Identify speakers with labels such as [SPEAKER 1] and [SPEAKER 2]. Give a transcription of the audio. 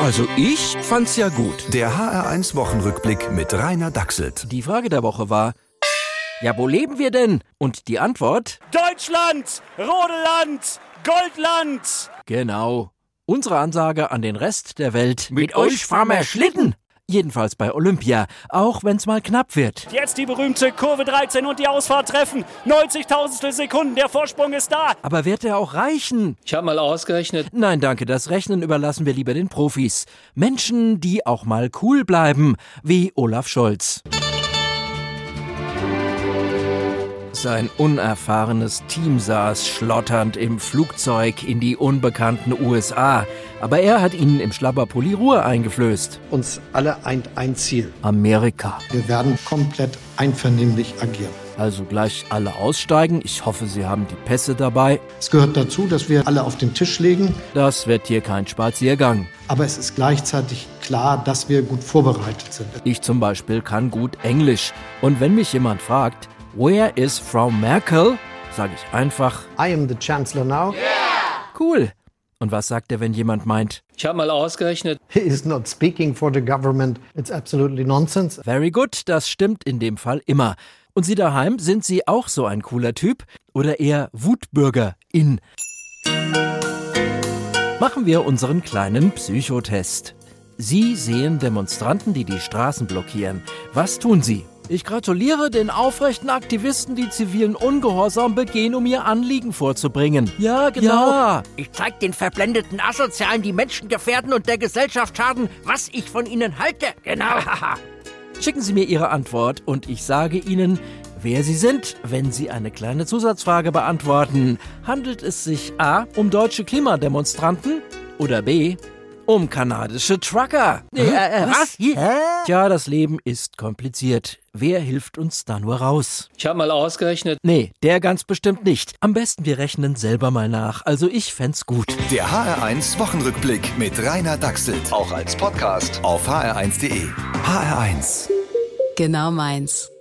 [SPEAKER 1] Also ich fand's ja gut.
[SPEAKER 2] Der HR1 Wochenrückblick mit Rainer Dachselt.
[SPEAKER 1] Die Frage der Woche war, ja, wo leben wir denn? Und die Antwort,
[SPEAKER 3] Deutschland, Rodeland, Goldland.
[SPEAKER 1] genau, unsere Ansage an den Rest der Welt. Mit, euch fahren wir Schlitten. Jedenfalls bei Olympia, auch wenn's mal knapp wird.
[SPEAKER 3] Jetzt die berühmte Kurve 13 und die Ausfahrt treffen. 90.000 Sekunden, der Vorsprung ist da.
[SPEAKER 1] Aber wird er auch reichen?
[SPEAKER 4] Ich habe mal ausgerechnet,
[SPEAKER 1] Nein, danke, das Rechnen überlassen wir lieber den Profis. Menschen, die auch mal cool bleiben, wie Olaf Scholz. Sein unerfahrenes Team saß schlotternd im Flugzeug in die unbekannten USA, aber er hat ihnen im Schlabberpulli Ruhe eingeflößt.
[SPEAKER 5] Uns alle eint ein Ziel.
[SPEAKER 1] Amerika.
[SPEAKER 5] Wir werden komplett einvernehmlich agieren.
[SPEAKER 1] Also gleich alle aussteigen, ich hoffe, sie haben die Pässe dabei.
[SPEAKER 5] Es gehört dazu, dass wir alle auf den Tisch legen,
[SPEAKER 1] Das wird hier kein Spaziergang.
[SPEAKER 5] aber es ist gleichzeitig klar, dass wir gut vorbereitet sind.
[SPEAKER 1] Ich zum Beispiel kann gut Englisch. Und wenn mich jemand fragt, Where is Frau Merkel? sage ich einfach,
[SPEAKER 5] I am the Chancellor now.
[SPEAKER 1] cool. Und was sagt er, wenn jemand meint,
[SPEAKER 4] ich habe mal ausgerechnet,
[SPEAKER 5] He is not speaking for the government. It's absolutely nonsense.
[SPEAKER 1] very good, das stimmt in dem Fall immer. Und Sie daheim, sind Sie auch so ein cooler Typ oder eher Wutbürgerin? Machen wir unseren kleinen Psychotest. Sie sehen Demonstranten, die die Straßen blockieren. Was tun Sie? Ich gratuliere den aufrechten Aktivisten, die zivilen Ungehorsam begehen, um ihr Anliegen vorzubringen. Ja, genau. Ja.
[SPEAKER 6] Ich zeig den verblendeten Asozialen, die Menschen gefährden und der Gesellschaft schaden, was ich von ihnen halte. Genau.
[SPEAKER 1] Schicken Sie mir Ihre Antwort und ich sage Ihnen, wer Sie sind, wenn Sie eine kleine Zusatzfrage beantworten. Handelt es sich A um deutsche Klimademonstranten oder B um kanadische Trucker? äh,
[SPEAKER 6] was?
[SPEAKER 1] Tja, das Leben ist kompliziert. Wer hilft uns da nur raus?
[SPEAKER 4] ich habe mal ausgerechnet,
[SPEAKER 1] Nee, der ganz bestimmt nicht. Am besten wir rechnen selber mal nach. Also ich fänd's gut.
[SPEAKER 2] Der HR1 Wochenrückblick mit Rainer Dachselt. Auch als Podcast auf hr1.de. HR1.
[SPEAKER 7] Genau meins.